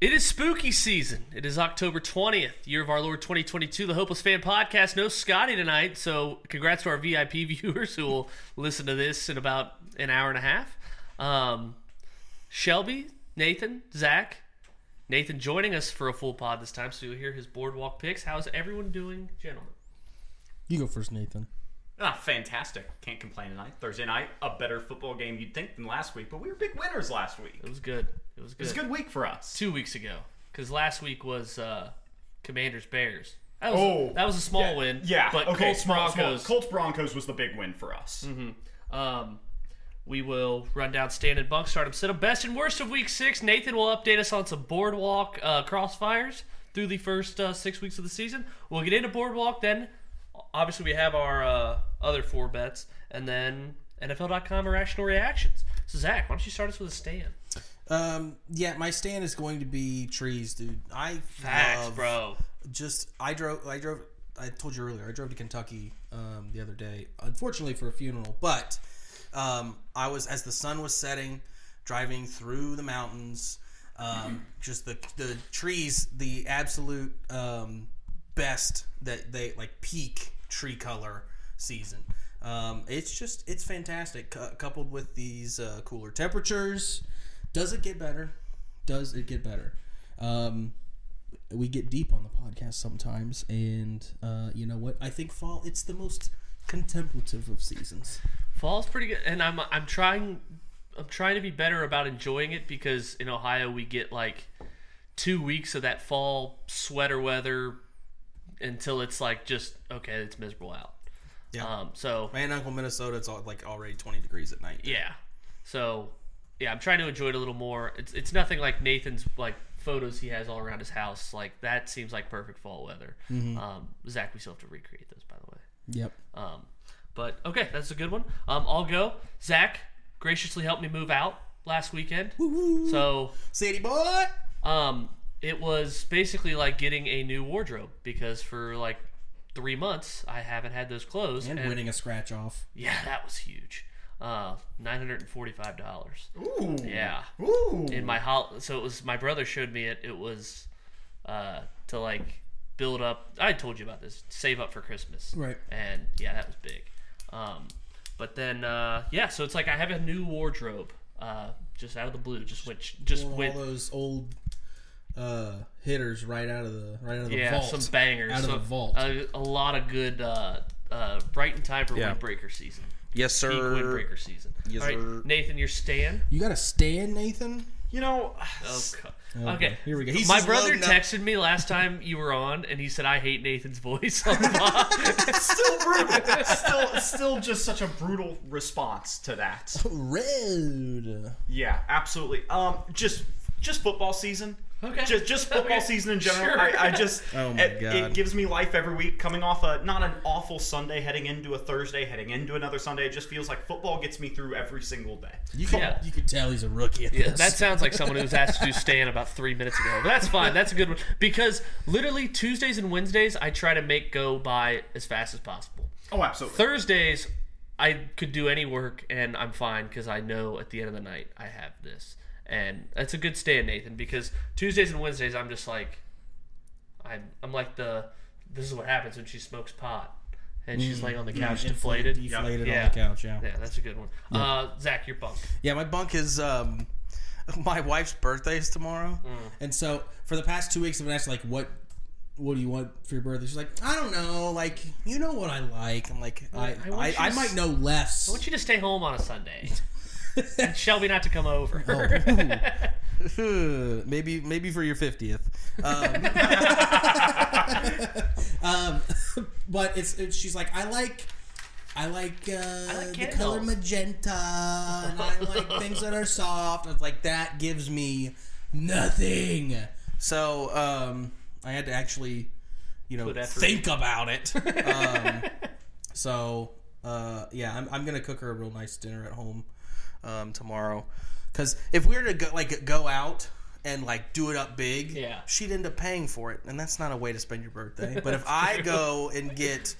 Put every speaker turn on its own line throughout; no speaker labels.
It is spooky season. It is October 20th, year of our Lord 2022, the Hopeless Fan Podcast. No Scotty tonight, so congrats to our VIP viewers who will listen to this in about an hour and a half. Um, Shelby, Nathan, Zach, Nathan joining us for a full pod this time, so you'll hear his boardwalk picks. How's everyone doing, gentlemen?
You go first, Nathan.
Ah, fantastic. Can't complain tonight. Thursday night, a better football game you'd think than last week, but we were big winners last week.
It was good. It was
It
good.
was a good week for us.
Two weeks ago, because last week was uh, Commanders Bears. That was,
Oh,
that was a small
yeah,
win.
Yeah,
but
okay,
Colts
small- small-
Broncos.
Colts Broncos Mm-hmm. was the big win for us.
Um, we will run down stand and bunk, start up, sit up, best and worst of week six. Nathan will update us on some boardwalk uh, crossfires through the first uh, six weeks of the season. We'll get into boardwalk then. Obviously, we have our uh, other four bets, and then NFL.com irrational reactions. So Zach, why don't you start us with a stand?
Um, yeah, my stand is going to be trees, dude. I
Facts,
love
bro.
just I drove I drove I told you earlier I drove to Kentucky um, the other day unfortunately for a funeral but um, I was as the sun was setting driving through the mountains um, just the the trees the absolute um, best that they like peak tree color season um, it's just it's fantastic cou- coupled with these uh, cooler temperatures does it get better does it get better um, we get deep on the podcast sometimes and uh, you know what i think fall it's the most contemplative of seasons
Fall's pretty good, and I'm I'm trying I'm trying to be better about enjoying it because in Ohio we get like two weeks of that fall sweater weather until it's like just okay, it's miserable out.
Yeah.
Um. So
my aunt and uncle minnesota it's all, like already 20 degrees at night
yeah. So yeah, I'm trying to enjoy it a little more. It's it's nothing like Nathan's like photos he has all around his house. Like that seems like perfect fall weather. Um. Zach, we still have to recreate those by the way.
yep
Um, but okay, that's a good one. Um, I'll go. Zach graciously helped me move out last weekend. So
city boy
um, it was basically like getting a new wardrobe because for like three months I haven't had those clothes.
and, winning a scratch off
Yeah, that was huge. Uh, nine hundred and forty-five dollars.
Ooh.
Yeah,
Ooh.
in my hol- so it was my brother showed me it. It was uh, to like build up. I told you about this. Save up for Christmas.
Right.
And yeah, that was big. Um, but then uh, yeah, so it's like I have a new wardrobe. Uh, just out of the blue, just which just
all
went
those old uh, hitters right out of the right out of the
yeah
vault
some uh, bangers
out of
so
the vault
A, a lot of good uh, uh, right in time for
Yeah.
windbreaker season.
yes
Peak windbreaker season.
Yes,
All right,
sir.
Nathan, your stand.
you got a stand nathan
You know,
Okay.
Okay,
okay.
Oh, here we go. He's
My
just
brother
loading up.
texted me last time you were on, and he said, "I hate Nathan's voice." On the pod."
still brutal. still, still just such a brutal response to that.
rude
Yeah, absolutely. Um, just just football season.
Okay.
Just, just football
Okay.
season in general.
Sure.
I, I just
Oh my
it,
God.
it gives me life every week. Coming off a not an awful Sunday, heading into a Thursday, heading into another Sunday. It just feels like football gets me through every single day.
you could,
Yeah.
you could tell he's a rookie at this
that sounds like someone who was asked to do stand about three minutes ago. But that's fine. That's a good one because literally Tuesdays and Wednesdays I try to make go by as fast as possible.
Oh, absolutely.
Thursdays I could do any work and I'm fine because I know at the end of the night I have this, and that's a good stand, Nathan. Because Tuesdays and Wednesdays I'm just like, I'm I'm like the this is what happens when she smokes pot and she's laying on the couch deflated.
deflated
Yeah.
on the couch yeah
Yeah, that's a good one. Uh, Zach, your bunk.
Yeah, my bunk is um, my wife's birthday is tomorrow,
Mm.
and so for the past two weeks I've been asked like, "What, what do you want for your birthday?" She's like, "I don't know. Like, you know what I like." I'm like, "I,
I
I,
want
I,
you to
might
s-
know less."
I want you to stay home on a Sunday. and Shelby not to come over.
maybe, maybe for your fiftieth. Um, um, but it's, it's she's like, "I like." I like, uh,
like
the color
candles."
magenta, and I like things that are soft. It's like that gives me nothing. So um, I had to actually, you know,
Put effort.
think about it. um, so uh, yeah, I'm, I'm gonna cook her a real nice dinner at home um, tomorrow. Because if we were to go, like go out and like do it up big,
Yeah.
she'd end up paying for it, and that's not a way to spend your birthday. But if I go and get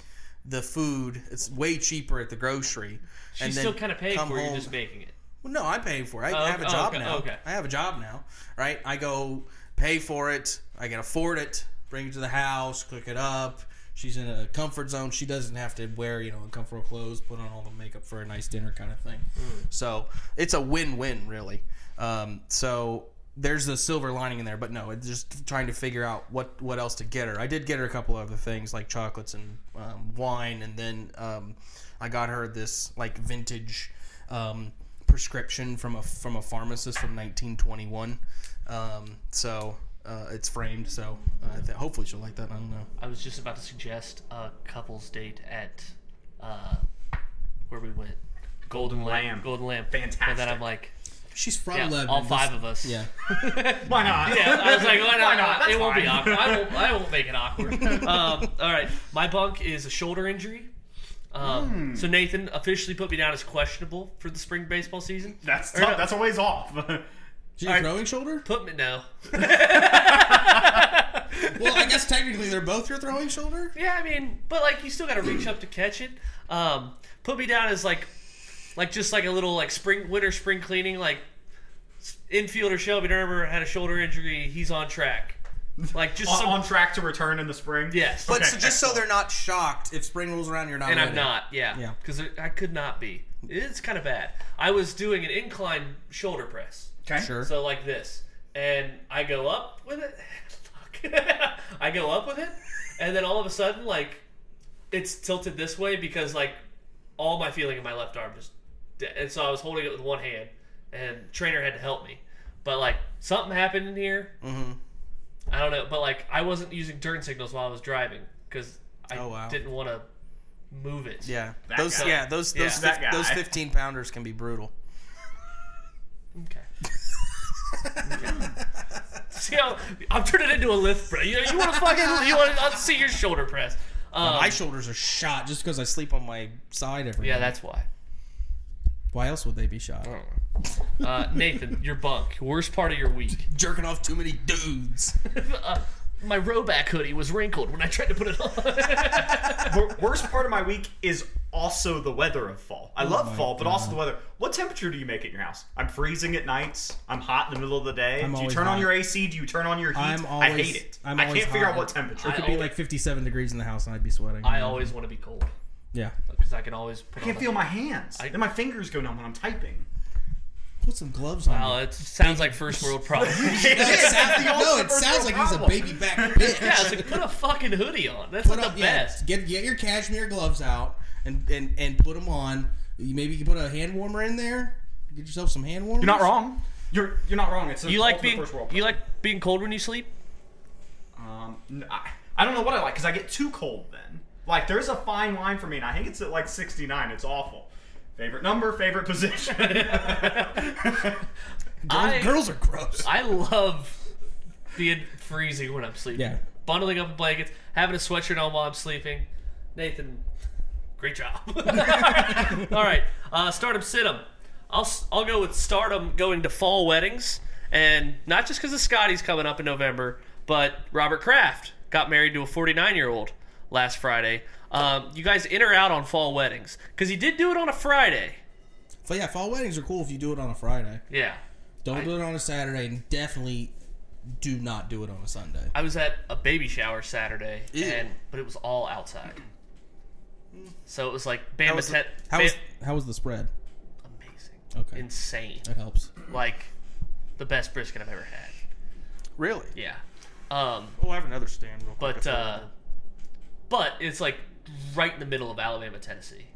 the food, it's way cheaper at the grocery.
She's still kind of paying for it. You're just making it.
Well, no, I'm paying for it. I
Oh,
have a
oh,
job
okay,
now.
okay.
I have a job now, right? I go pay for it. I can afford it. Bring it to the house, cook it up. She's in a comfort zone. She doesn't have to wear, you know, uncomfortable clothes, put on all the makeup for a nice dinner kind of thing.
Mm.
So it's a win-win, really. Um, so there's a silver lining in there, but no, it's just trying to figure out what what else to get her. I did get her a couple other things like chocolates and um, wine, and then um, I got her this like vintage um, prescription from a from a pharmacist from 1921. Um, so uh, it's framed, so uh, I th- hopefully she'll like that. I don't know.
I was just about to suggest a couple's date at uh, where we went.
Golden Lamb.
Golden Lamb.
Fantastic.
And then I'm like,
She's from
yeah,
Lebanon.
all five
just-
of us.
Yeah.
Why not?
Yeah, I was like, why not?
not?
It
That's
won't be
fine.
awkward. I won't, I won't make it awkward. um, all right. My bunk is a shoulder injury.
Hmm.
Um, So Nathan officially put me down as questionable for the spring baseball season.
That's
Or
tough.
no.
That's a ways off.
Is she a
Alright.
throwing shoulder?
Put me no.
Well, I guess technically they're both your throwing shoulder.
Yeah, I mean, but like you still got to reach up to catch it. Um, put me down as like, like just like a little like spring winter spring cleaning like s- infielder Shelby Dermer had a shoulder injury. He's on track. Like just
on,
some
on track to return in the spring.
yes,
But
Okay,
so just so they're not shocked, if spring rolls around, you're not.
and I'm
ready.
not. Yeah,
Yeah.
because I could not be. It's kind of bad. I was doing an incline shoulder press,
Okay.
Sure.
so like this, and I go up with it. Fuck, I go up with it, and then all of a sudden, like it's tilted this way because like all my feeling in my left arm just, de- and so I was holding it with one hand, and trainer had to help me, but like something happened in here.
Mhm.
I don't know, but like I wasn't using turn signals while I was driving because I
Oh, wow.
didn't want to move it.
Yeah.
That
those.
guy.
Yeah. Those. Those.
Yeah.
fif-
That guy.
those 15 pounders can be brutal.
Okay. see how I'm turning into a lift, bro. You, you want to fucking you want to see your shoulder press? Um,
My shoulders are shot just because I sleep on my side every
yeah, Oh.
night.
that's why.
Why else would they be shot?
Uh, Nathan, your bunk, worst part of your week.
Jerking off too many dudes.
uh, my Roback hoodie was wrinkled when I tried to put it on.
Wor- worst part of my week is also the weather of fall. I love
Oh my
fall, but also
God.
the weather. What temperature do you make at your house? I'm freezing at nights. I'm hot in the middle of the day.
I'm
do you
always
turn on
hot.
your AC? Do you turn on your heat?
I'm
I
always-
hate it.
I'm
I
always
can't figure
hot.
out what temperature.
It
I
could be like 57 degrees in the house and I'd be sweating.
I always want to be cold
Yeah.
because I can always put
can't
on.
feel my hands. then my fingers go numb when I'm typing.
Put some gloves on.
Oh, it sounds like first world problem. yeah,
No, it sounds,
the
no, it
ultimate
sounds like he's a
problem.
baby back bitch.
it's like put a fucking hoodie on. That's
Put
not
up-
the
yeah,
best.
get get your cashmere gloves out and and and put them on. You- Maybe you can put a hand warmer in there. Get yourself some hand warmers.
You're not wrong. You're you're not wrong. It's
You like
ultimate
being
first world
you like being cold when you sleep?
Um, n- I, I don't know what I like because I get too cold then. Like, there's a fine line for me, and I think it's at like 69. It's awful. Favorite number, favorite position.
I-
Girls are gross.
I love being freezing when I'm sleeping.
Yeah.
Bundling up in blankets, having a sweatshirt on while I'm sleeping. Nathan, great job. All right, uh, stardom, sit 'em. I'll s- I'll go with stardom going to fall weddings, and not just because of Scotty's coming up in November, but Robert Kraft got married to a 49 year old last Friday. Um, you guys in or out on fall weddings? Because he did do it on a Friday.
But yeah, fall weddings are cool if you do it on a Friday.
Yeah.
Don't do it on a Saturday, and definitely do not do it on a Sunday.
I was at a baby shower Saturday,
Ew.
and but it was all outside. So it was like Bama
How was the,
Tet.
how
Ba-
was, how was the spread?
amazing,
Okay,
insane,
that helps.
like the best brisket I've ever had.
Really?
Yeah, um,
Oh, I have another stand. Real
but uh, but it's like right in the middle of Alabama, Tennessee.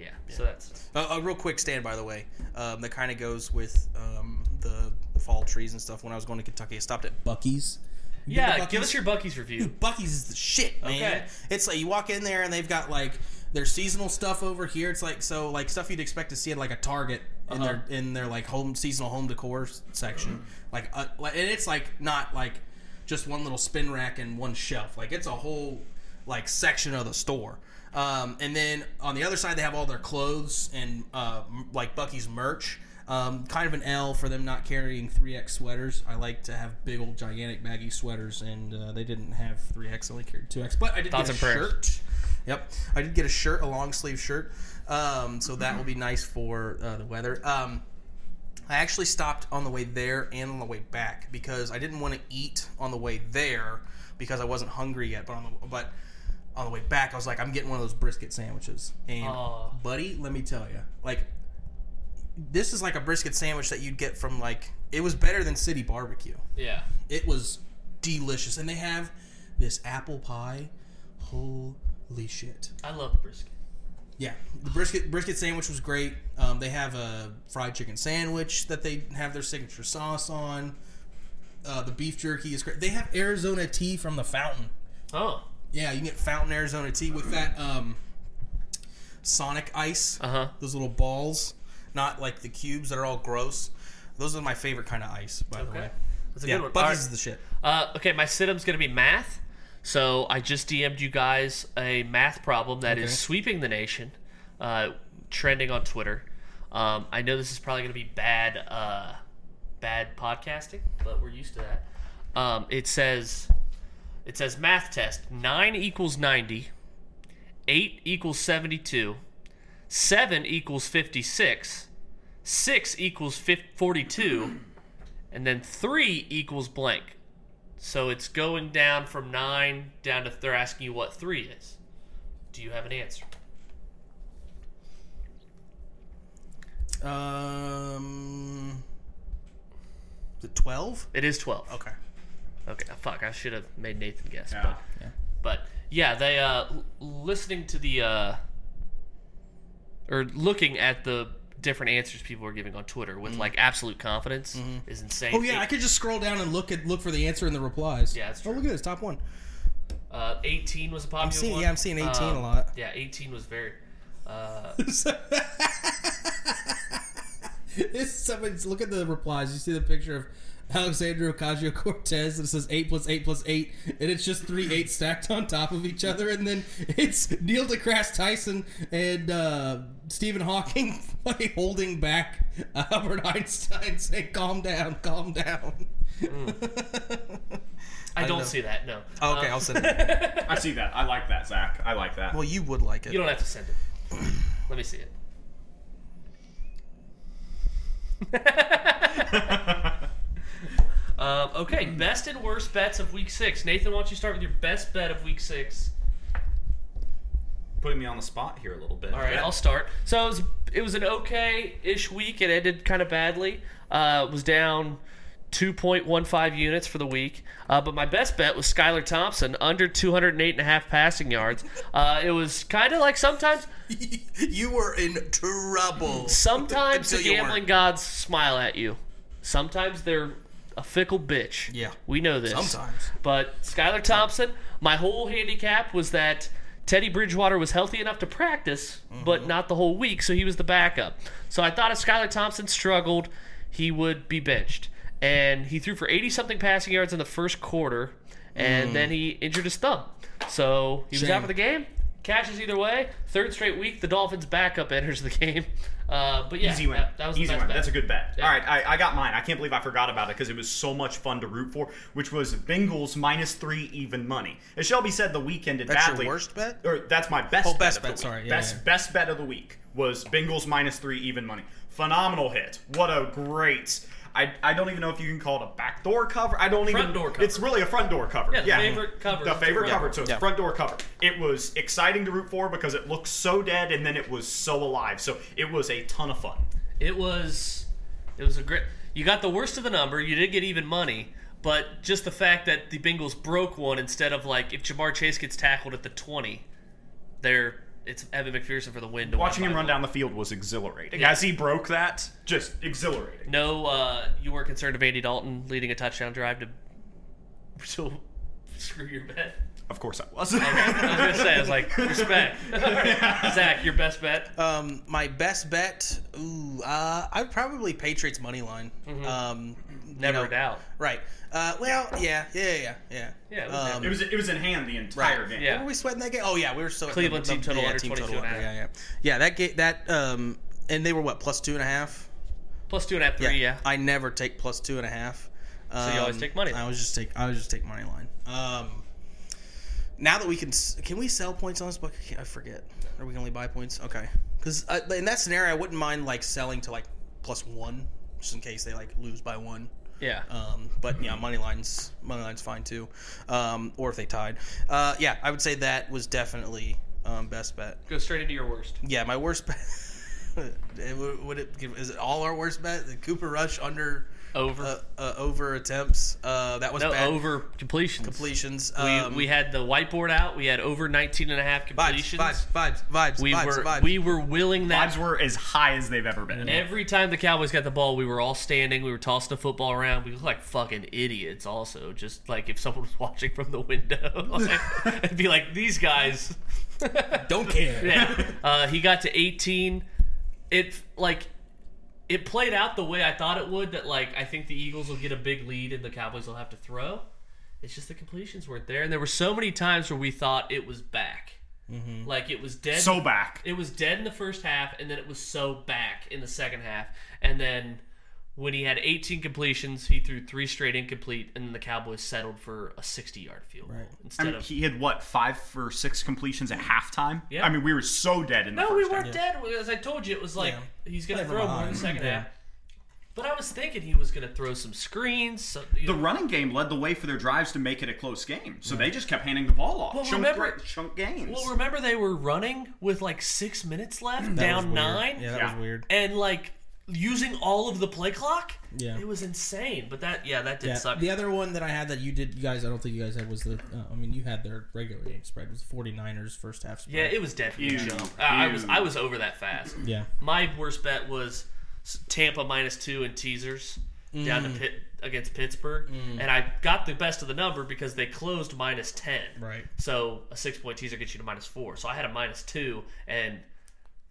Yeah, so that's
a real quick stand, by the way, um, that kind of goes with um, the, the fall trees and stuff. When I was going to Kentucky, I stopped at Bucky's. You been to
yeah. Give
Buc-ee's?
us your Bucky's review.
Dude, Bucky's is the shit, man.
Okay.
It's like you walk in there and they've got like their seasonal stuff over here. It's like so like stuff you'd expect to see at like a Target in
Uh-huh.
their in their like home seasonal home decor s- section. Like uh, like- and it's like not like just one little spin rack and one shelf. Like it's a whole like section of the store. Um, and then on the other side they have all their clothes and uh, m- like Bucky's merch. Um, kind of an L for them not carrying 3X sweaters. I like to have big old gigantic baggy sweaters, and uh, they didn't have 3X, only carried 2X. But I did
Thoughts
get a
and prayers.
shirt. Yep, I did get a shirt, a long sleeve shirt. Um, so that will be nice for uh, the weather. Um, I actually stopped on the way there and on the way back because I didn't want to eat on the way there because I wasn't hungry yet. But on the but on the way back, I was like, I'm getting one of those brisket sandwiches. And
Oh.
buddy, let me tell you, like this is like a brisket sandwich that you'd get from like it was better than City Barbecue.
Yeah.
It was delicious, and they have this apple pie. Holy shit!
I love brisket.
Yeah, the brisket brisket sandwich was great. Um, they have a fried chicken sandwich that they have their signature sauce on. Uh, the beef jerky is great. They have Arizona tea from the fountain.
Oh.
Yeah, you can get fountain Arizona tea with that um, Sonic ice.
Uh huh.
Those little balls, not like the cubes that are all gross. Those are my favorite kind of ice, by the
Okay.
way.
That's a
Yeah,
good one.
Bucky's
All right.
is the shit.
Uh, okay, my sit-up's gonna be math. So I just DM'd you guys a math problem that is
Okay.
sweeping the nation, uh, trending on Twitter. Um, I know this is probably gonna be bad, uh, bad podcasting, but we're used to that. Um, it says, it says math test nine equals ninety, eight equals seventy-two, seven equals fifty-six, six equals fif- forty-two, and then three equals blank. So it's going down from nine down to they're asking you what three is. Do you have an answer?
Um, is it twelve?
It is twelve.
Okay.
Okay. oh, Fuck. I should have made Nathan guess.
Yeah.
But, but yeah, they uh, l- listening to the uh, or looking at the different answers people are giving on Twitter with like absolute confidence is insane.
Oh yeah, I could just scroll down and look at look for the answer in the replies.
Yeah, that's
Oh
true.
look at this top one.
Uh, eighteen was a popular
I'm seeing
one.
yeah, I'm seeing 18
Um,
a lot.
Yeah, eighteen was very. Uh,
this somebody's look at the replies. You see the picture of Alexandria Ocasio Cortez and it says eight plus eight plus eight, and it's just three eights stacked on top of each other, and then it's Neil deGrasse Tyson and uh, Stephen Hawking like, holding back Albert Einstein, saying "Calm down, calm down."
I, don't
know. Oh,
see that. No.
Mm. okay,
Uh,
I'll send it.
I see that. I like that, Zach. I like that.
Well, you would like it.
You don't have to send it. Let me see it. um, okay, best and worst bets of week six. Nathan, why don't you start with your best bet of week six?
Putting me on the spot here a little bit.
All right, I'll start. So it was, it was an okay-ish week. It ended kind of badly. Uh, it was down 2.15 units for the week. Uh, but my best bet was Skylar Thompson under 208 and a half passing yards. Uh, it was kind of like sometimes
you were in trouble.
Sometimes the
Until you
gambling
weren't.
gods smile at you. Sometimes they're a fickle bitch.
Yeah.
We know this.
Sometimes.
But Skylar Thompson, my whole handicap was that Teddy Bridgewater was healthy enough to practice,
Mm-hmm.
but not the whole week, so he was the backup. So I thought if Skylar Thompson struggled, he would be benched. And he threw for 80 something passing yards in the first quarter, and
Mm.
then he injured his thumb. So he was out
Shame.
for the game. Catches either way. Third straight week, the Dolphins' backup enters the game. Uh, but yeah,
Easy win.
That, that was
Easy
the best
win.
bet.
That's a good bet.
Yeah.
All right, I, I got mine. I can't believe I forgot about it because it was so much fun to root for, which was Bengals minus three even money. As Shelby said, the week ended
That's your
badly.
worst bet?
Or that's my best.
Oh,
bet
best
of the
bet,
week.
sorry. Yeah,
best
yeah.
best bet of the week was Bengals minus three even money. Phenomenal hit. What a great. I, I don't even know if you can call it a backdoor cover. I don't
Front
even.
door cover.
It's really a front door cover.
Yeah, the favorite cover
The
is the
favorite
front
cover.
door.
So it's
Yeah.
front door cover. It was exciting to root for because it looked so dead and then it was so alive. So it was a ton of fun.
It was it was a great you got the worst of the number, you did get even money, but just the fact that the Bengals broke one instead of like if Jamar Chase gets tackled at the twenty, they're it's Evan McPherson for the win to win
Watching
by
him run
one.
down the field was exhilarating.
Yeah.
As he broke that, just exhilarating.
No uh, you were concerned of Andy Dalton leading a touchdown drive to to screw your bet.
Of course I was.
I was gonna say, I was like, respect. Zach, your best bet.
Um, my best bet, ooh, uh, I'd probably Patriots money line.
Mm-hmm.
Um, you
Never
know,
a doubt.
Right. Uh, well, yeah, yeah, yeah, yeah.
Yeah, it was
Um,
never-
it was it was in hand the entire
Right.
game.
Yeah.
Were we sweating that game? Oh yeah, we were so
Cleveland team total under 22 and a
Yeah,
half.
yeah, yeah. That ga- that um, and they were what plus two and a half.
Plus two and a half, three, yeah.
I never take plus two and a half. Um,
you always take money line.
I always just take. I always just take money line. Um, now that we can, s- can we sell points on this book? I forget. Or we can only buy points. Okay. Because in that scenario, I wouldn't mind like selling to like plus one, just in case they like lose by one.
Yeah.
Um, but yeah, money lines, money lines, fine too. Um, or if they tied, uh, yeah, I would say that was definitely um, best bet.
Go straight into your worst.
Yeah, my worst bet. it would would it give, is it all our worst bet? The Cooper Rush under
Over.
uh, uh, over attempts. Uh, that was
no,
bad.
over completions.
completions.
We,
Um,
we had the whiteboard out. We had over 19 and a half
vibes,
completions.
vibes, vibes, vibes,
we
vibes,
were
vibes.
we were willing that
Odds were as high as they've ever been.
Every time the Cowboys got the ball, we were all standing. We were tossing the football around. We looked like fucking idiots, also. Just like if someone was watching from the window, like, I'd be like, these guys.
don't care.
Yeah. Uh, he got to 18. It like it played out the way I thought it would. That like I think the Eagles will get a big lead and the Cowboys will have to throw. It's just the completions weren't there, and there were so many times where we thought it was back,
Mm-hmm.
like it was dead.
So back.
It was dead in the first half, and then it was so back in the second half. And then when he had 18 completions, he threw three straight incomplete, and the Cowboys settled for a 60-yard field goal
I
instead
mean,
of.
he had what five or six completions at halftime.
Yeah.
I mean, we were so dead in the
no,
first
we
half.
weren't dead. As I told you, it was like
Yeah.
he's going
They
to
were
throw more in
behind.
the second
Yeah.
half. But I was thinking he was going to throw some screens. Some, you
The
know,
running game led the way for their drives to make it a close game, so they just kept handing the ball off.
Well,
chunk,
remember-
gra- chunk games.
well, remember they were running with like six minutes left,
That was
down
weird.
nine.
Yeah, that
Yeah.
was weird.
and like using all of the play clock.
Yeah.
it was insane. But that, yeah, that did
Yeah.
suck.
The other one that I had that you did, you guys, I don't think you guys had was the. Uh, I mean, you had their regular game spread was 49ers first half spread.
Yeah, it was dead from the
Ew.
jump. I I was
Ew.
I was over that fast.
Yeah.
My worst bet was s- Tampa minus two and teasers down to Pitt against Pittsburgh, and I got the best of the number because they closed minus ten.
Right.
So a six point teaser gets you to minus four. So I had a minus two, and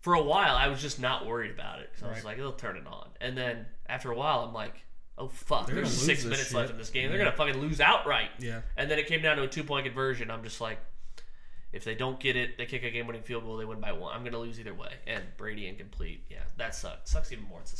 for a while I was just not worried about it because I was
Right.
like, they'll turn it on. And then after a while, I'm like, oh fuck,
gonna
there's
lose
six
this
minutes
shit.
left in this game. They're gonna fucking lose outright.
Yeah.
And then it came down to a two point conversion. I'm just like, if they don't get it, they kick a game winning field goal, they win by one. I'm going to lose either way. And Brady incomplete. Yeah, that sucked. Sucks even more. It's the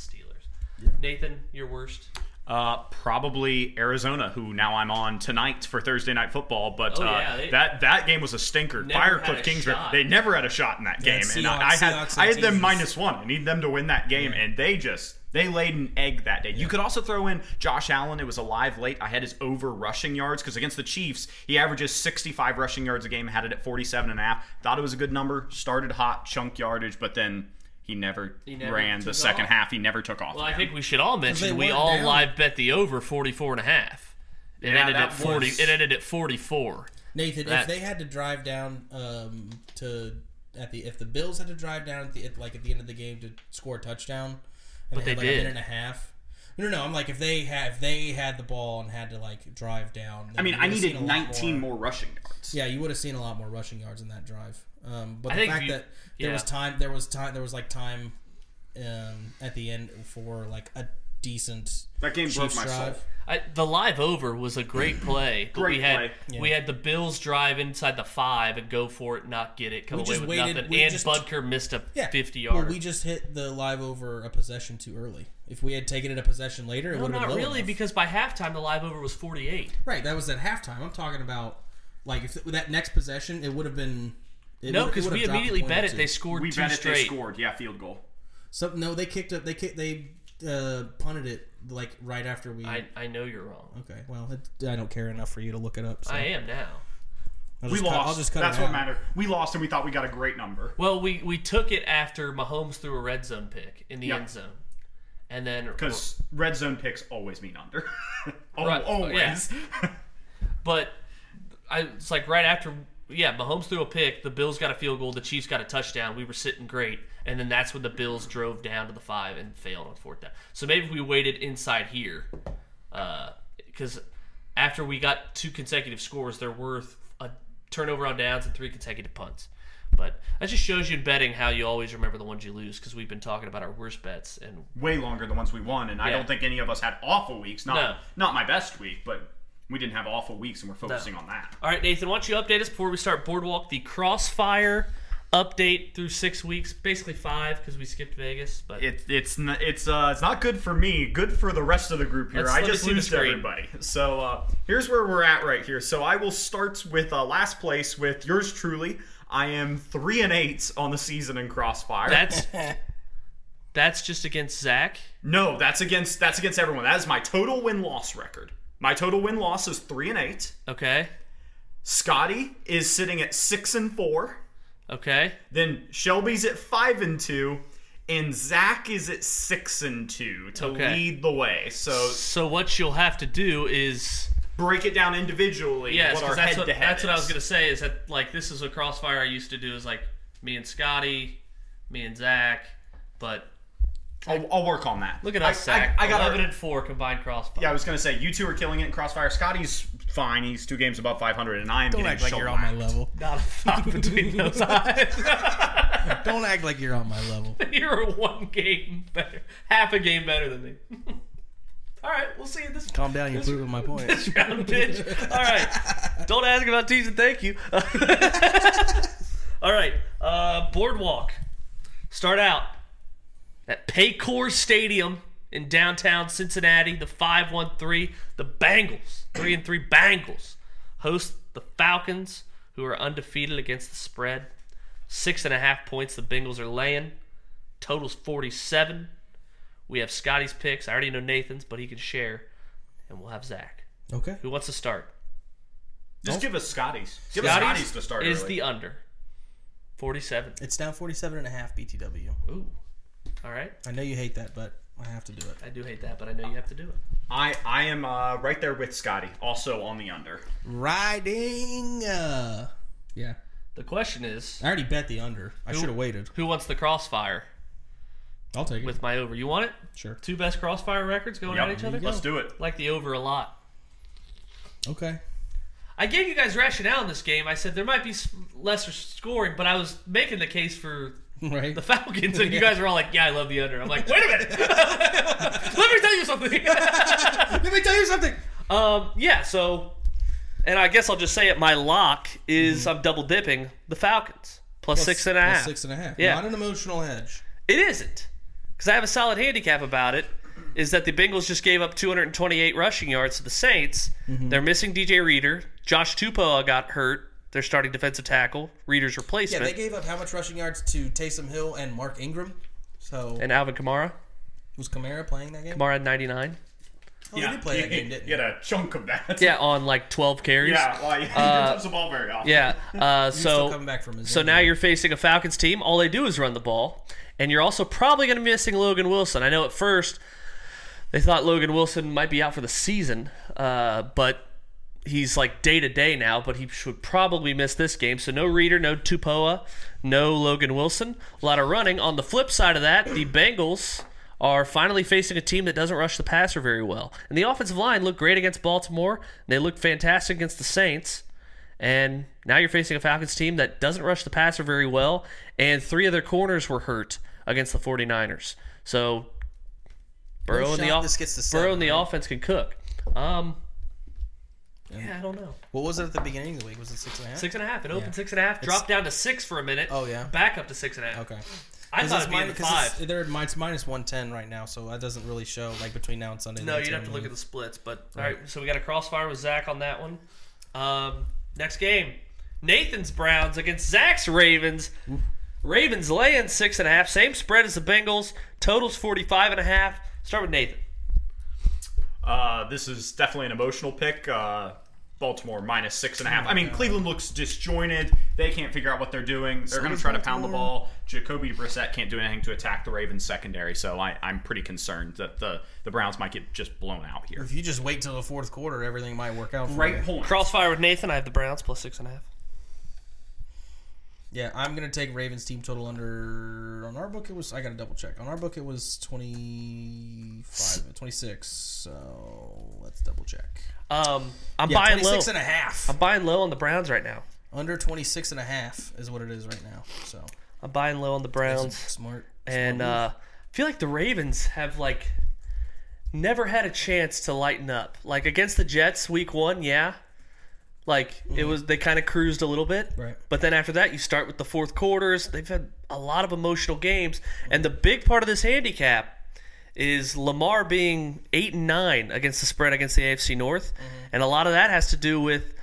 Steelers. Nathan, your worst.
Uh, probably Arizona, who now I'm on tonight for Thursday night football. But
Oh,
uh,
yeah, they-
that that game was a stinker.
Never
Fire
had a
Cliff Kingsbury.
shot.
They never had a shot in that
Yeah,
game,
Seahawks-
and I, I had
Seahawks and
I had them
teasers.
minus one. I need them to win that game, and they just they laid an egg that day. You could also throw in Josh Allen. It was alive late. I had his over rushing yards because against the Chiefs, he averages 65 rushing yards a game. Had it at 47 and a half. Thought it was a good number. Started hot, chunk yardage, but then. He never,
never
ran the
took
second
off.
half. He never took off.
Well, I
man.
think we should all mention
they
we
weren't
all
down.
live bet the over 44 and a half. It
Yeah,
ended
that
at 40.
was-
It ended at 44.
Nathan,
That-
if they had to drive down um, to at the if the Bills had to drive down at the at, like at the end of the game to score a touchdown, and
But they
had, like, a
did.
minute and a half. No, no, no. I'm like if they have if they had the ball and had to like drive down.
I mean, I needed 19
more.
more rushing yards.
Yeah, you would have seen a lot more rushing yards in that drive. Um, but
I
the
think if
fact
you-
that there was
yeah.
time, there was time, there was like time um, at the end for like a decent
That game broke
Chiefs
my soul.
drive.
I, the live over was a great play. but
Great
we had
play.
we had the Bills drive inside the five and go for it, not get it, come away
just
with
waited-
nothing,
we
and
just-
Budker missed a
Yeah,
50 yard.
Well, we just hit the live over a possession too early. If we had taken it a possession later, it
no,
would have
not
been low
really,
enough.
because by halftime the live over was 48.
right. That was at halftime. I'm talking about like if that next possession, it would have been. It
No,
would- it
because
would have
we
dropped a
immediately
point or
bet it.
two.
They scored
We
two
bet if
straight.
they scored. Yeah, field goal.
so no, they kicked up. They kicked. They uh, punted it like right after we.
I, I know you're wrong.
okay, well, it, I don't care enough for you to look it up. So.
I am now.
I'll
We
just
lost.
Cut, I'll just cut
That's
it
what
out.
mattered. We lost, and we thought we got a great number.
Well, we, we took it after Mahomes threw a red zone pick in the
Yeah.
end zone, and then
Because red zone picks always mean under. oh,
Right.
Always.
but I it's like right after yeah Mahomes threw a pick, the Bills got a field goal, the Chiefs got a touchdown. We were sitting great, and then that's when the Bills drove down to the five and failed on fourth down. So maybe we waited inside here, because after we got two consecutive scores, there were th- a turnover on downs and three consecutive punts. But that just shows you in betting how you always remember the ones you lose because we've been talking about our worst bets and
Way longer than ones we won, and I
Yeah.
don't think any of us had awful weeks. Not
No.
not my best week, but we didn't have awful weeks, and we're focusing on that.
All right, Nathan, why don't you update us before we start Boardwalk the Crossfire update through six weeks, basically five because we skipped Vegas. But
It, it's n- it's uh, it's not good for me. Good for the rest of the group here.
Let's-
I
let me
just
see the
lose to
screen.
everybody. So uh, here's where we're at right here. So I will start with uh, last place with yours truly. I am three and eight on the season in Crossfire.
that's That's just against Zach.
No, that's against that's against everyone. That is my total win loss record. My total win loss is three and eight.
Okay.
Scotty is sitting at six and four.
Okay.
Then Shelby's at five and two, and Zach is at six and two to
Okay.
lead the way. So
So what you'll have to do is
break it down individually.
yes,
what our
'cause that's
head
what
to head.
that's what I was gonna say is that like this is a crossfire I used to do is like me and Scotty, me and Zach, but
I'll, I'll work on that.
look at
I-
us, Zach.
I, I got
eleven and four combined crossfire.
Yeah, I was gonna say you two are killing it in Crossfire. Scotty's fine; he's two games above 500, and I am
Don't
getting
act like you're on my
shellacked.
level.
not a thought between those eyes.
Don't act like you're on my level.
You're one game better, half a game better than me. All right, we'll see you this
Calm down, you're proving my point.
this round, bitch. All right, don't ask about teas and thank you. All right, uh, boardwalk. Start out at Paycor Stadium in downtown Cincinnati. The five one three, the Bengals, three and three Bengals, host the Falcons, who are undefeated against the spread. Six and a half points the Bengals are laying. Totals forty seven. We have Scotty's picks. I already know Nathan's, but he can share. And we'll have Zach.
Okay.
Who wants to start?
Just give us Scotty's. Give us
Scotty's
Scotty's to start.
Is
early.
the under 47?
It's down 47 and a half BTW.
Ooh. All right.
I know you hate that, but I have to do it.
I do hate that, but I know you have to do it.
I I am uh, right there with Scotty, also on the under.
Riding. Uh, yeah.
The question is,
I already bet the under. I should have waited.
who wants the crossfire
I'll take it.
with my over? You want it?
sure.
Two best crossfire records going at
Yep.
each other?
Let's do it.
Like the over a lot.
Okay.
I gave you guys rationale in this game. I said there might be s- lesser scoring, but I was making the case for
Right.
the Falcons, and you guys were all like, "Yeah, I love the under." I'm like, "Wait a minute, let me tell you something."
Let me tell you something.
Um, yeah, so, and I guess I'll just say it. My lock is I'm double dipping the Falcons plus six and a
Mm-hmm. Plus
half.
Six and a half.
Yeah.
Not an emotional hedge.
It isn't because I have a solid handicap about it. Is that the Bengals just gave up 228 rushing yards to the Saints?
Mm-hmm.
They're missing DJ Reader. Josh Tupoa got hurt. Their starting defensive tackle, Reader's
Yeah,
replacement,
they gave up how much rushing yards to Taysom Hill and Mark Ingram? So
and Alvin Kamara.
was Kamara playing that game?
Kamara had 99.
Oh, he did play that game, didn't he?
Get a chunk of that.
Yeah, on like 12 carries.
Yeah, well, he touch the ball very often.
Yeah. Uh,
Still
so
coming back from his
So now you're facing a Falcons team. All they do is run the ball, and you're also probably going to be missing Logan Wilson. I know at first they thought Logan Wilson might be out for the season, uh, but he's like day to day now. But he should probably miss this game. So no Reader, no Tupoa, no Logan Wilson. A lot of running. On the flip side of that, the Bengals. Are finally facing a team that doesn't rush the passer very well. And the offensive line looked great against Baltimore. and They looked fantastic against the Saints. And now you're facing a Falcons team that doesn't rush the passer very well, and three of their corners were hurt against the 49ers. So Burrow and the
shot
off-
this gets to
Burrow
seven,
and the offense can cook. Um, yeah, I don't know.
What was it at the beginning of the week? Was it six and a half?
Six and a half. It opened six and a half. Dropped down to six for a minute.
Oh, yeah.
Back up to six and a half.
Okay.
I
'Cause
thought
it's
it'd be in the
minus- 'cause it's-
five.
They're at min- it's minus 110 right now, so that doesn't really show like between now and Sunday.
No, you'd have to look at the splits. But all right, so we got a crossfire with Zach on that one. Um, next game, Nathan's Browns against Zach's Ravens. Ravens laying six and a half, same spread as the Bengals. Totals 45 and a half. Start with Nathan.
Uh, this is definitely an emotional pick. Uh, Baltimore minus six and a half. I mean, Cleveland looks disjointed. They can't figure out what they're doing. They're going to
does
try to pound the
Baltimore.
ball. Jacoby Brissett can't do anything to attack the Ravens secondary, so I, I'm pretty concerned that the, the Browns might get just blown out here.
If you just wait till the fourth quarter, everything might work out. For you.
point.
Crossfire with Nathan. I have the Browns plus six and a half.
Yeah, I'm gonna take Ravens team total under. On our book, it was. I gotta double check. On our book, it was 25, 26. So let's double check.
Um, I'm
Yeah,
buying low.
26 and a half.
I'm buying low on the Browns right now.
Under 26 and a half is what it is right now. So
I'm buying low on the Browns.
smart.
and uh, I feel like the Ravens have like never had a chance to lighten up. Like against the Jets, Week One, yeah, like it was they kind of cruised a little bit,
Mm-hmm. Right.
But then after that, you start with the fourth quarters. They've had a lot of emotional games, and the big part of this handicap is Lamar being eight and nine against the spread against the AFC North,
Mm-hmm.
and a lot of that has to do with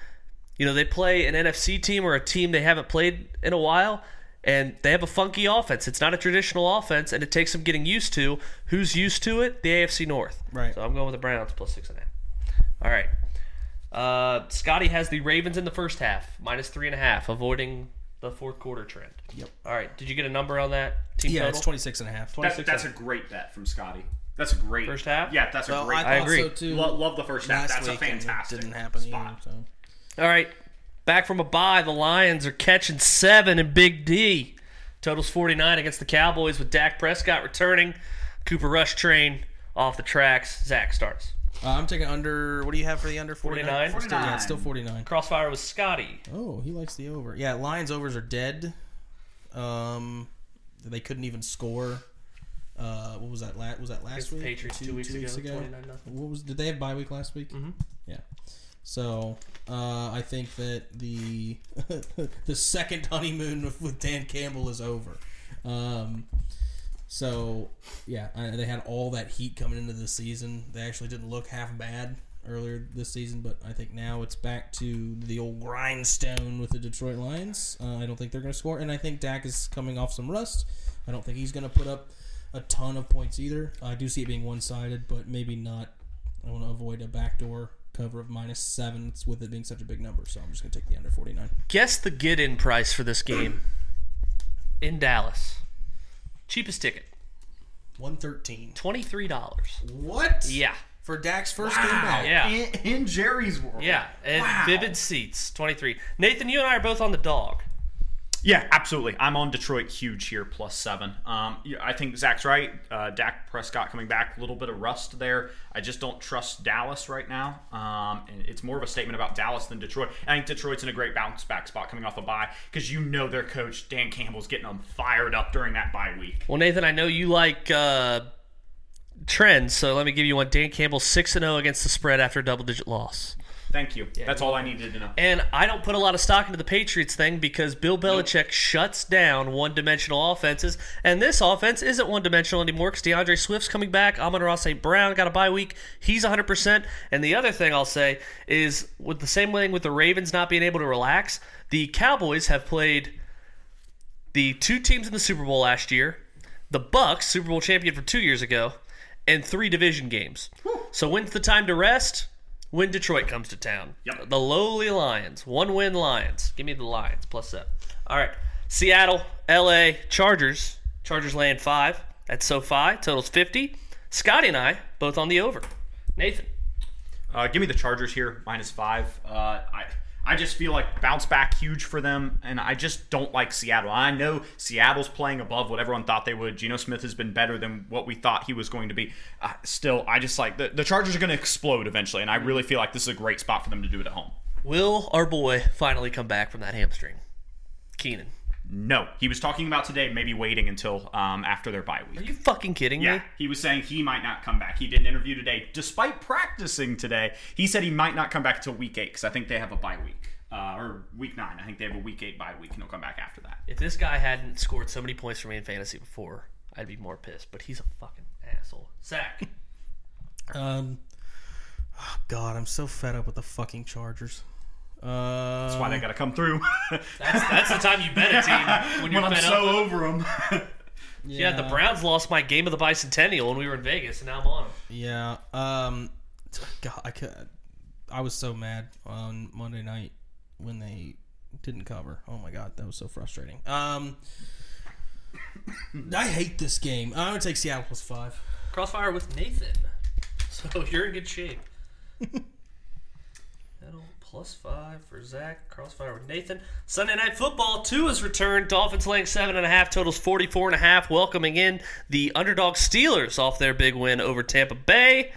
you know they play an NFC team or a team they haven't played in a while. and they have a funky offense. It's not a traditional offense, and it takes some getting used to. Who's used to it? The AFC North.
Right.
So I'm going with the Browns plus six and a half. All right. Uh, Scotty has the Ravens in the first half, minus three and a half, avoiding the fourth quarter trend.
Yep.
All right. Did you get a number on that team
Yeah,
total?
it's 26 and a half.
Twenty-
Well,
Six
That, that's a great bet from Scotty. That's a great
First half?
Yeah, that's a great.
I
bet.
thought
I agree.
so too.
Lo- love the first half.
last
That's a
week, and it
fantastic
Didn't happen. either,
spot.
so.
All right. Back from a bye, the Lions are catching seven in Big D. Totals 49 against the Cowboys with Dak Prescott returning. Cooper Rush train off the tracks. Zach starts.
Uh, I'm taking under. What do you have for the under 49?
49.
Still, yeah, it's still 49.
Crossfire was Scotty.
Oh, he likes the over. Yeah, Lions overs are dead. Um, they couldn't even score. Uh, what was that? La- was that
Against
last
the
week?
Patriots two weeks ago, 29-0.
What was? Did they have bye week last week? Mm-hmm. Yeah. So uh, I think that the the second honeymoon with, with Dan Campbell is over. Um, so yeah, I, they had all that heat coming into the season. They actually didn't look half bad earlier this season, but I think now it's back to the old grindstone with the Detroit Lions. Uh, I don't think they're going to score, and I think Dak is coming off some rust. I don't think he's going to put up a ton of points either. I do see it being one sided, but maybe not. I want to avoid a backdoor cover of minus seven it's with it being such a big number, so I'm just going to take the under 49.
Guess the get in price for this game in Dallas. Cheapest ticket
113.
$23.
What?
Yeah.
For Dak's first game
Wow.
back.
Yeah.
In, in Jerry's world.
Yeah. And
Wow.
vivid seats 23 Nathan, you and I are both on the dog.
Yeah, absolutely. I'm on Detroit huge here, plus seven. Um, yeah, I think Zach's right. Uh, Dak Prescott coming back, a little bit of rust there. I just don't trust Dallas right now. Um, and it's more of a statement about Dallas than Detroit. I think Detroit's in a great bounce back spot coming off a bye because you know their coach Dan Campbell's getting them fired up during that bye week.
Well, Nathan, I know you like uh, trends, so let me give you one. Dan Campbell six and zero against the spread after a double digit loss,
Thank you. That's all I needed to know.
and I don't put a lot of stock into the Patriots thing because Bill Belichick shuts down one dimensional offenses, and this offense isn't one dimensional anymore because DeAndre Swift's coming back. Amon Ross St. Brown got a bye week; he's 100. percent And the other thing I'll say is with the same thing with the Ravens not being able to relax, the Cowboys have played the two teams in the Super Bowl last year, the Bucks, Super Bowl champion from two years ago, and three division games. So when's the time to rest? When Detroit comes to town.
Yep.
The lowly Lions, one win Lions. Give me the Lions plus seven. All right, Seattle, L.A. Chargers. Chargers laying five at SoFi. Totals fifty. Scotty and I both on the over. Nathan.
Uh, give me the Chargers here, minus five. Uh, I I just feel like bounce back huge for them, and I just don't like Seattle. I know Seattle's playing above what everyone thought they would. Geno Smith has been better than what we thought he was going to be. Uh, still, I just like the, the Chargers are going to explode eventually, and I really feel like this is a great spot for them to do it at home.
Will our boy finally come back from that hamstring? Keenan.
No, he was talking about today maybe waiting until um, after their bye
Are
week.
you fucking kidding me?
Yeah, he was saying he might not come back. He did an interview today, despite practicing today. He said he might not come back until week eight because I think they have a bye week uh, or week nine. I think they have a week eight bye week, and he'll come back after that.
If this guy hadn't scored so many points for me in fantasy before, I'd be more pissed. But he's a fucking asshole. Zach.
Um, oh God, I'm so fed up with the fucking Chargers. Uh,
That's why
Um,
they got to come through.
That's, that's the time you bet a team when you're
when I'm
fed
so
up.
over them.
Yeah, the Browns lost my game of the bicentennial when we were in Vegas, and now I'm on them.
Yeah. Um, God, I could. I was so mad on Monday night when they didn't cover. Oh my God, that was so frustrating. Um, I hate this game. I'm gonna take Seattle plus five.
Crossfire with Nathan. So you're in good shape. That'll plus five for Zach. Crossfire with Nathan. Sunday Night Football 2 is returned. Dolphins laying 7.5, totals 44.5, welcoming in the underdog Steelers off their big win over Tampa Bay.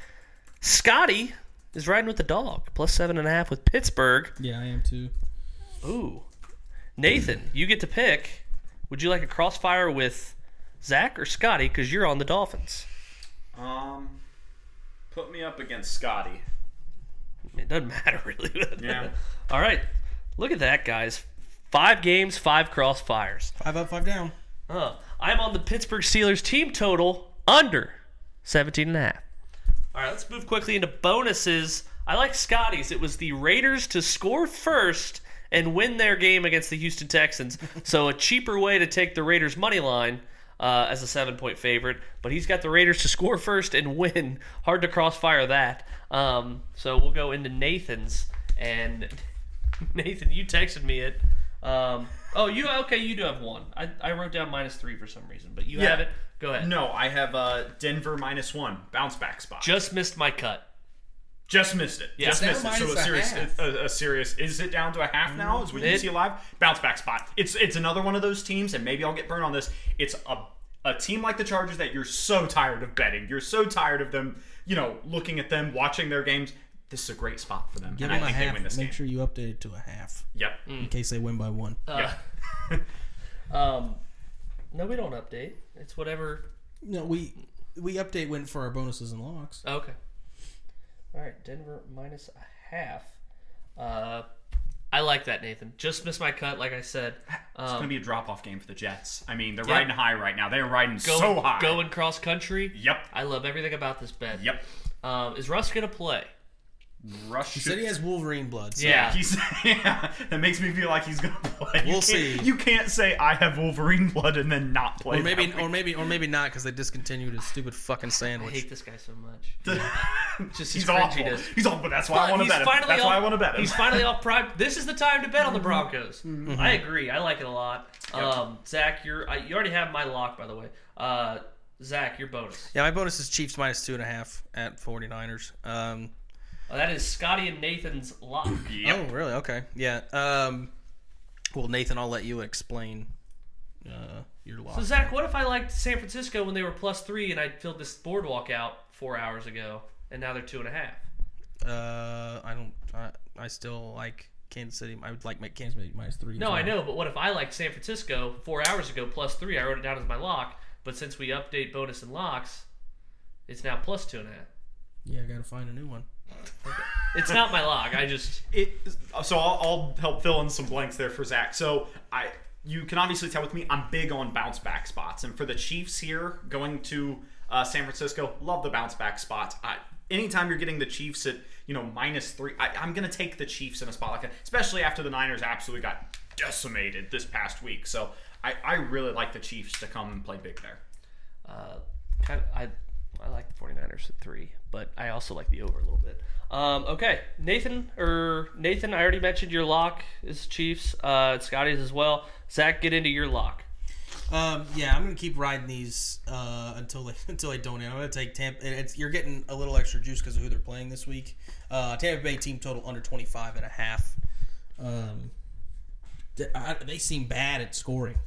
Scotty is riding with the dog, plus 7.5 with Pittsburgh.
Yeah, I am too.
Ooh. Nathan, you get to pick. Would you like a crossfire with Zach or Scotty? Because you're on the Dolphins.
Um, put me up against Scotty.
It doesn't matter really.
Yeah.
All right. Look at that, guys. Five games, five crossfires.
Five up, five down.
Huh. I'm on the Pittsburgh Steelers team total under 17 and a half. All right, let's move quickly into bonuses. I like Scotty's. It was the Raiders to score first and win their game against the Houston Texans. so a cheaper way to take the Raiders money line uh, as a seven point favorite, but he's got the Raiders to score first and win. Hard to crossfire that. Um, so we'll go into Nathan's and Nathan, you texted me it. Um, oh, you okay? You do have one. I, I wrote down minus three for some reason, but you
Yeah.
have it. Go ahead.
No, I have uh, Denver minus one bounce back spot.
Just missed my cut.
Just missed it.
Yeah.
Just
Down
missed it. So
minus
a
a
serious,
half.
a, a serious. Is it down to a half now? Is what you
It-
see live? Bounce back spot. It's it's another one of those teams, and maybe I'll get burned on this. It's a a team like the Chargers that you're so tired of betting. You're so tired of them. You know, looking at them, watching their games. This is a great spot for them,
Give
and I
them a
think they
half.
win this
Make
game. Hmm.
sure you update it to a half
Yep.
Mm.
in case they win by one.
Yep.
Um, no, we don't update. It's whatever.
No, we we update when for our bonuses and locks.
okay. All right, Denver minus a half. Uh, I like that, Nathan. Just missed my cut, like I said.
It's
Um,
gonna be a drop off game for the Jets. I mean, they're riding high right now. They're riding
going,
so high.
Going cross country.
Yep.
I love everything about this bet.
Yep.
Um, is Russ gonna play?
Rush.
He said he has Wolverine blood. So
Yeah.
He's yeah, that makes me feel like he's gonna play. You
We'll
can't-
see.
You can't say I have Wolverine blood and then not play.
Or maybe,
that
or maybe, or maybe not because they discontinued his stupid fucking
I
sandwich.
hate this guy so much.
week.
Just
he's
his
awful.
fringiness.
He's awful. but That's why I want to
he's
bet him.
finally
That's
off,
why I want to bet him. Mm-hmm.
He's finally off prime. This is the time to bet on the Broncos. I agree. I like it a lot. Um, Zach, you're I, you already have my lock by the way. Uh, Zach, your bonus.
Yeah, my bonus is Chiefs minus two and a half at 49ers. Um,
Oh, that is Scotty and Nathan's lock.
Yep.
Oh, really? Okay. Yeah. Um, well, Nathan, I'll let you explain uh, your loss.
So Zach, what if I liked San Francisco when they were plus three and I filled this boardwalk out four hours ago and now they're two and a half?
uh, I don't. I, I still like Kansas City. I would like my Kansas City minus three.
No, I know, but what if I liked San Francisco four hours ago plus three? I wrote it down as my lock, but since we update bonus and locks, it's now plus two and a half.
Yeah, I gotta find a new one.
It's not my lock. I just
It, so I'll, I'll help fill in some blanks there for Zach. So I, you can obviously tell with me, I'm big on bounce back spots, and for the Chiefs here going to uh, San Francisco, love the bounce back spot. I, anytime you're getting the Chiefs at you know minus three, I, I'm gonna take the Chiefs in a spot like that, especially after the Niners absolutely got decimated this past week. So I, I really like the Chiefs to come and play big there.
uh, kind of, I I like the 49ers at three, but I also like the over a little bit. Um, okay, Nathan or Nathan, I already mentioned your lock is Chiefs. Uh, Scotty's as well. Zach, get into your lock.
Um, yeah, I'm gonna keep riding these uh, until they until they don't. end. I'm gonna take Tampa. and It's, you're getting a little extra juice because of who they're playing this week. Uh, Tampa Bay team total under 25 and a half. Um, they, I, they seem bad at scoring.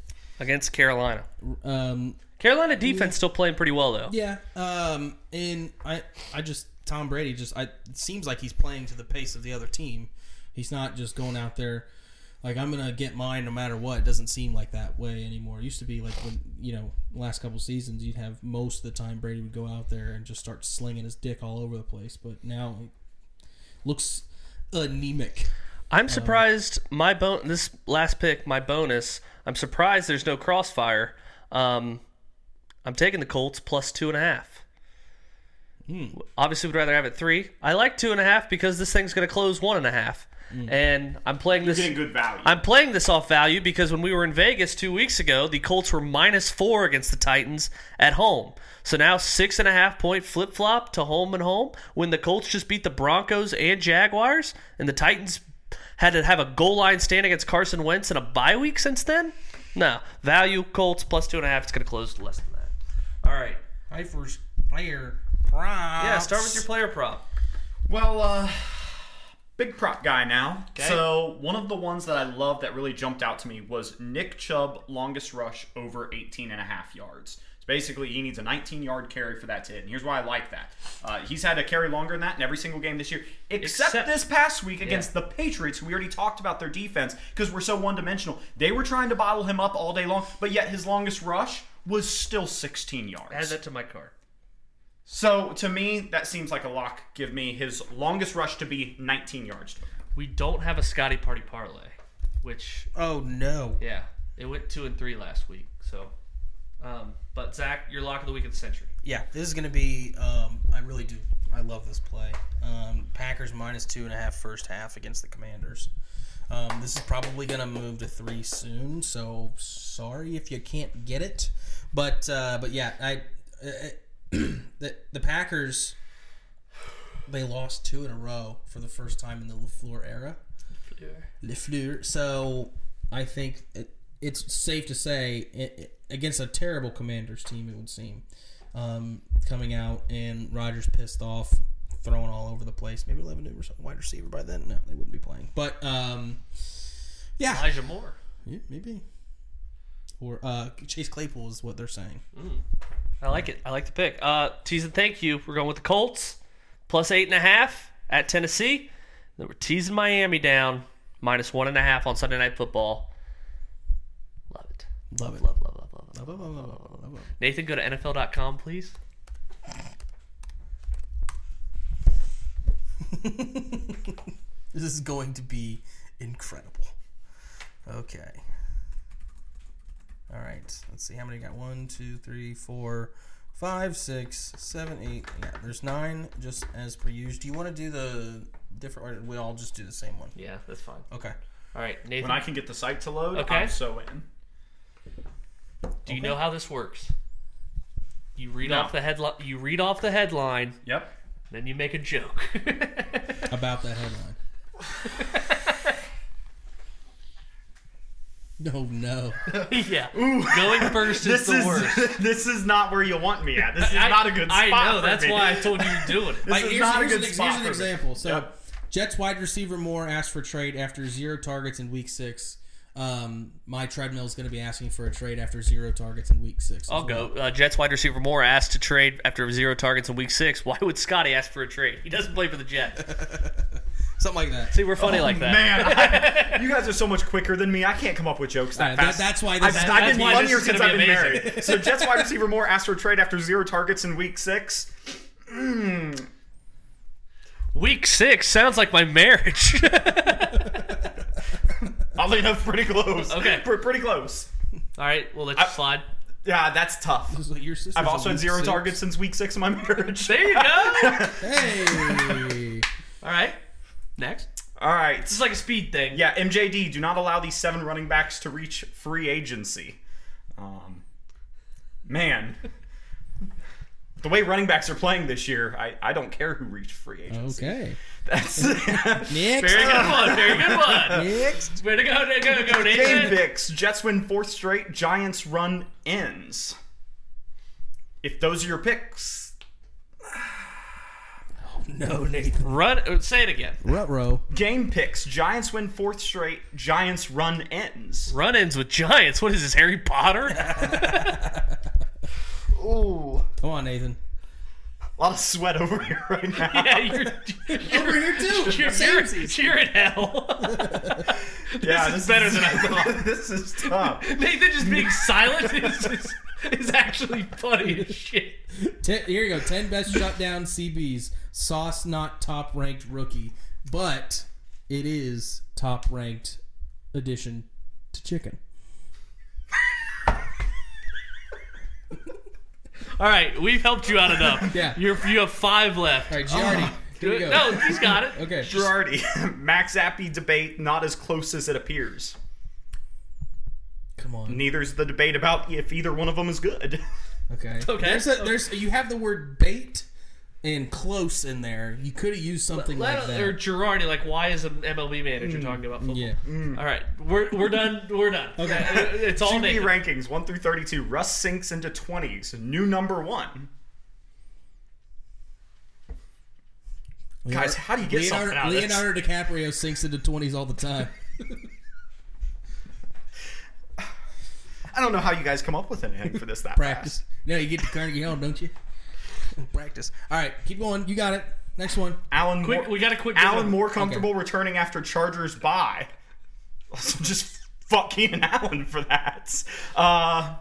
Against Carolina.
Um,
Carolina defense still playing pretty well though.
Yeah. Um. And I, I just Tom Brady just I it seems like he's playing to the pace of the other team. He's not just going out there like I'm gonna get mine no matter what. It doesn't seem like that way anymore. It used to be like when you know last couple seasons you'd have most of the time Brady would go out there and just start slinging his dick all over the place. But now it looks anemic.
Um,
I'm surprised my bon this last pick, my bonus. I'm surprised there's no crossfire. Um, I'm taking the Colts plus two and a half.
Hmm.
Obviously, would rather have it three. I like two and a half because this thing's going to close one and a half, and I'm playing this.
Hmm. Getting good value.
I'm playing this off value because when we were in Vegas two weeks ago, the Colts were minus four against the Titans at home. So now six and a half point flip flop to home and home when the Colts just beat the Broncos and Jaguars, and the Titans had to have a goal line stand against Carson Wentz in a bye week since then? No. Value Colts plus two and a half. It's going to close to less than that. All right.
Hi first player. Props.
Yeah, start with your player prop.
Well, uh, big prop guy now. So one of the ones that I love that really jumped out to me was Nick Chubb longest rush over 18 and a half yards. So basically, he needs a 19 yard carry for that to hit. And here's why I like that. Uh, he's had a carry longer than that in every single game this year, except,
Except-
this past week against the Patriots. We already talked about their defense because we're so one dimensional. They were trying to bottle him up all day long, but yet his longest rush was still 16 yards.
Add that to my card.
So to me, that seems like a lock. Give me his longest rush to be 19 yards.
We don't have a Scotty Party parlay, which
Oh no.
Yeah, it went two and three last week. So, um, but Zach, your lock of the week of the century.
Yeah, this is going to be. Um, I really do. I love this play. Um, Packers minus two and a half first half against the Commanders. Um, this is probably going to move to three soon, so sorry if you can't get it. But uh, but yeah, I uh, the the Packers they lost two in a row for the first time in the Lafleur era. Lafleur. So I think it, it's safe to say i i against a terrible Commanders team, it would seem, um, coming out and Rogers pissed off, throwing all over the place. Maybe eleven or something wide receiver by then. No, they wouldn't be playing. But um, yeah,
Elijah Moore.
yeah, maybe. Or uh, Chase Claypool is what they're saying.
I like it. I like the pick. Uh, teasing, thank you. We're going with the Colts plus eight and a half at Tennessee. Then we're teasing Miami down minus one and a half on Sunday Night Football. Love it.
Love it.
Love, love, love, love, love.
Love it, love it, love it, love it, love it.
Nathan, go to NFL.com, please.
This is going to be incredible. Okay. All right. Let's see how many we got. One, two, three, four, five, six, seven, eight. Yeah, there's nine, just as per usual. Do you want to do the different, or we all just do the same one?
Yeah, that's fine.
Okay.
All right, Nathan,
When I can get the site to load,
Okay.
I'm so in.
do you know how this works? You read
No.
off the headline. You read off the headline,
Yep.
then you make a joke.
About that headline. no, no.
yeah, going first is
This
the
is
worst.
this is not where you want me at. This is
I-
not a good spot.
I know.
for
That's
me.
why I told you to do it.
This
Like,
is
here's,
not
here's
a good
an,
spot
here's an
for me.
example. So,
Yep.
Jets wide receiver Moore asked for trade after zero targets in Week Six. Um, my treadmill is going to be asking for a trade after zero targets in Week Six. as
I'll
well.
go. Uh, Jets wide receiver Moore asked to trade after zero targets in Week Six. Why would Scotty ask for a trade? He doesn't play for the Jets. Oh,
something like that.
See, we're funny like that.
Man, I, you guys are so much quicker than me. I can't come up with jokes that
Yeah, that-
fast.
that's why
I've,
this-
I've
that's
been
why
one
this
year
is
since
gonna
I've
be
been
amazing.
married. So Jets wide receiver Moore asked for a trade after zero targets in week six. Hmm.
Week Six sounds like my marriage.
Oddly enough, pretty close.
Okay.
Pre- pretty close.
All right, we'll let you slide.
Yeah, that's tough.
It's like your sister's
I've also
in
had
Week
zero
Six.
targets since week six of my marriage.
There you go.
Hey,
All right, next.
All right.
This is like a speed thing.
Yeah, MJD, do not allow these seven running backs to reach free agency. Um, man, the way running backs are playing this year, I, I don't care who reached free agency.
okay.
That's
Next,
Very good one. Very good one.
next.
Way to go, to go, go,
game
Nathan.
picks. Jets win fourth straight. Giants run ends. If those are your picks,
No, Nathan.
Run. uh, Say it again.
Rut row.
game picks. Giants win fourth straight. Giants run ends.
Run-ins with Giants. What is this, Harry Potter?
Ooh,
Come on, Nathan.
a lot of sweat over here right now.
yeah, you're, you're,
Over here too.
you're, you're, you're in hell.
Yeah,
is better than I thought.
this is tough.
Nathan just being silent is, just, is actually funny as shit.
Ten, here you go. Ten best shutdown CBs. Sauce not top ranked rookie, but it is top ranked addition to chicken.
All right, we've helped you out enough.
Yeah.
You're, you have five left.
All right, Giardi. Ah, here we go.
no, he's got it.
Okay.
Girardi, Max Appy debate not as close as it appears.
Come on.
Neither's the debate about if either one of them is good.
Okay.
Okay.
There's a, there's you have the word bait and close in there. You could have used something like
Let,
that. Mm,
or Girardi, like, why is an MLB manager talking about football?
yeah.
Mm.
All right, we're, we're done. We're done.
Okay.
It's all
QB
Nathan.
rankings one through thirty-two. Russ sinks into twenties. New number one. Guys, how do you get
Leonardo,
something out of this?
Leonardo DiCaprio sinks into twenties all the time.
I don't know how you guys come up with anything for this that
Practice. No, you get to Carnegie Hall, don't you? Practice. All right, keep going. You got it. Next one.
fast. Alan,
Quick,
Moore,
we got to quit.
Alan more comfortable returning after Chargers bye. Also, just fuck Keenan Allen for that. Uh,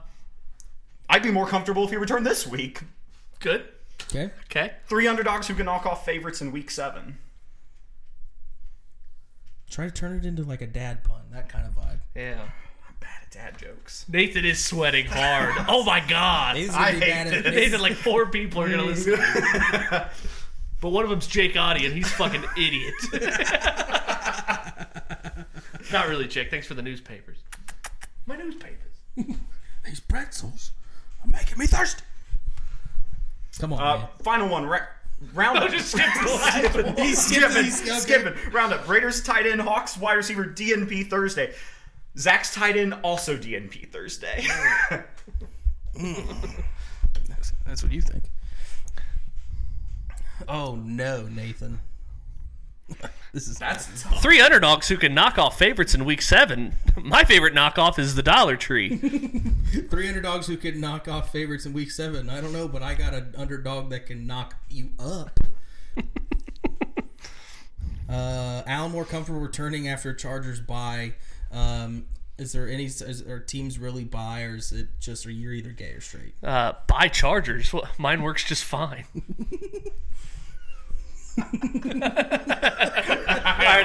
I'd be more comfortable if he returned this week.
Good.
Okay.
Okay.
Three underdogs who can knock off favorites in week seven.
Try to turn it into like a dad pun, that kind of vibe.
Yeah.
I'm bad at dad jokes.
Nathan is sweating hard. oh my god.
He's gonna
I
be
hate
bad at
this.
Nathan, like four people are gonna listen. But one of them's Jake Audi, and he's fucking idiot. Not really, Jake. Thanks for the newspapers. My newspapers.
These pretzels are making me thirsty. Come on,
Uh, final one. Ra- round
No,
up.
just skip the last one.
man. He's
skipping,
he's- okay.
skipping. Round up. Raiders tight end, Hawks wide receiver, DNP Thursday. Zach's tight end also DNP Thursday.
That's, that's what you think. Oh no, Nathan. this is
That's tough.
Three underdogs who can knock off favorites in week seven. My favorite knockoff is the Dollar Tree.
three underdogs who can knock off favorites in week seven. I don't know, but I got an underdog that can knock you up. uh, Al more comfortable returning after Chargers bye. Um, is there any? Is, are teams really buy, or is it just are you either gay or straight?
Uh, buy Chargers. Well, mine works just fine. All right,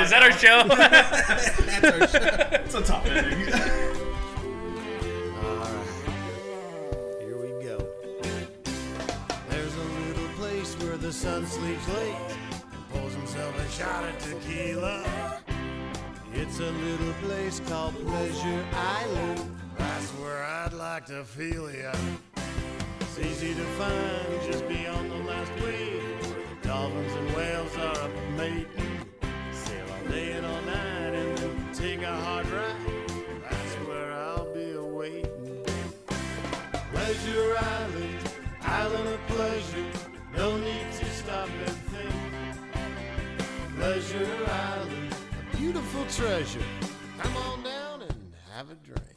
is that our show?
That's our show.
That's a tough ending.
Here we go. There's a little place where the sun sleeps late and pulls himself a shot of tequila. It's a little place called Pleasure Island. That's where I'd like to feel ya. It's easy to find just beyond the last wave where the dolphins and whales are up mate. Sail all day and all night and then take a hard ride. That's where I'll be awaiting. Pleasure Island, island of pleasure. No need to stop and think. Pleasure Island, a beautiful treasure. Come on down and have a drink.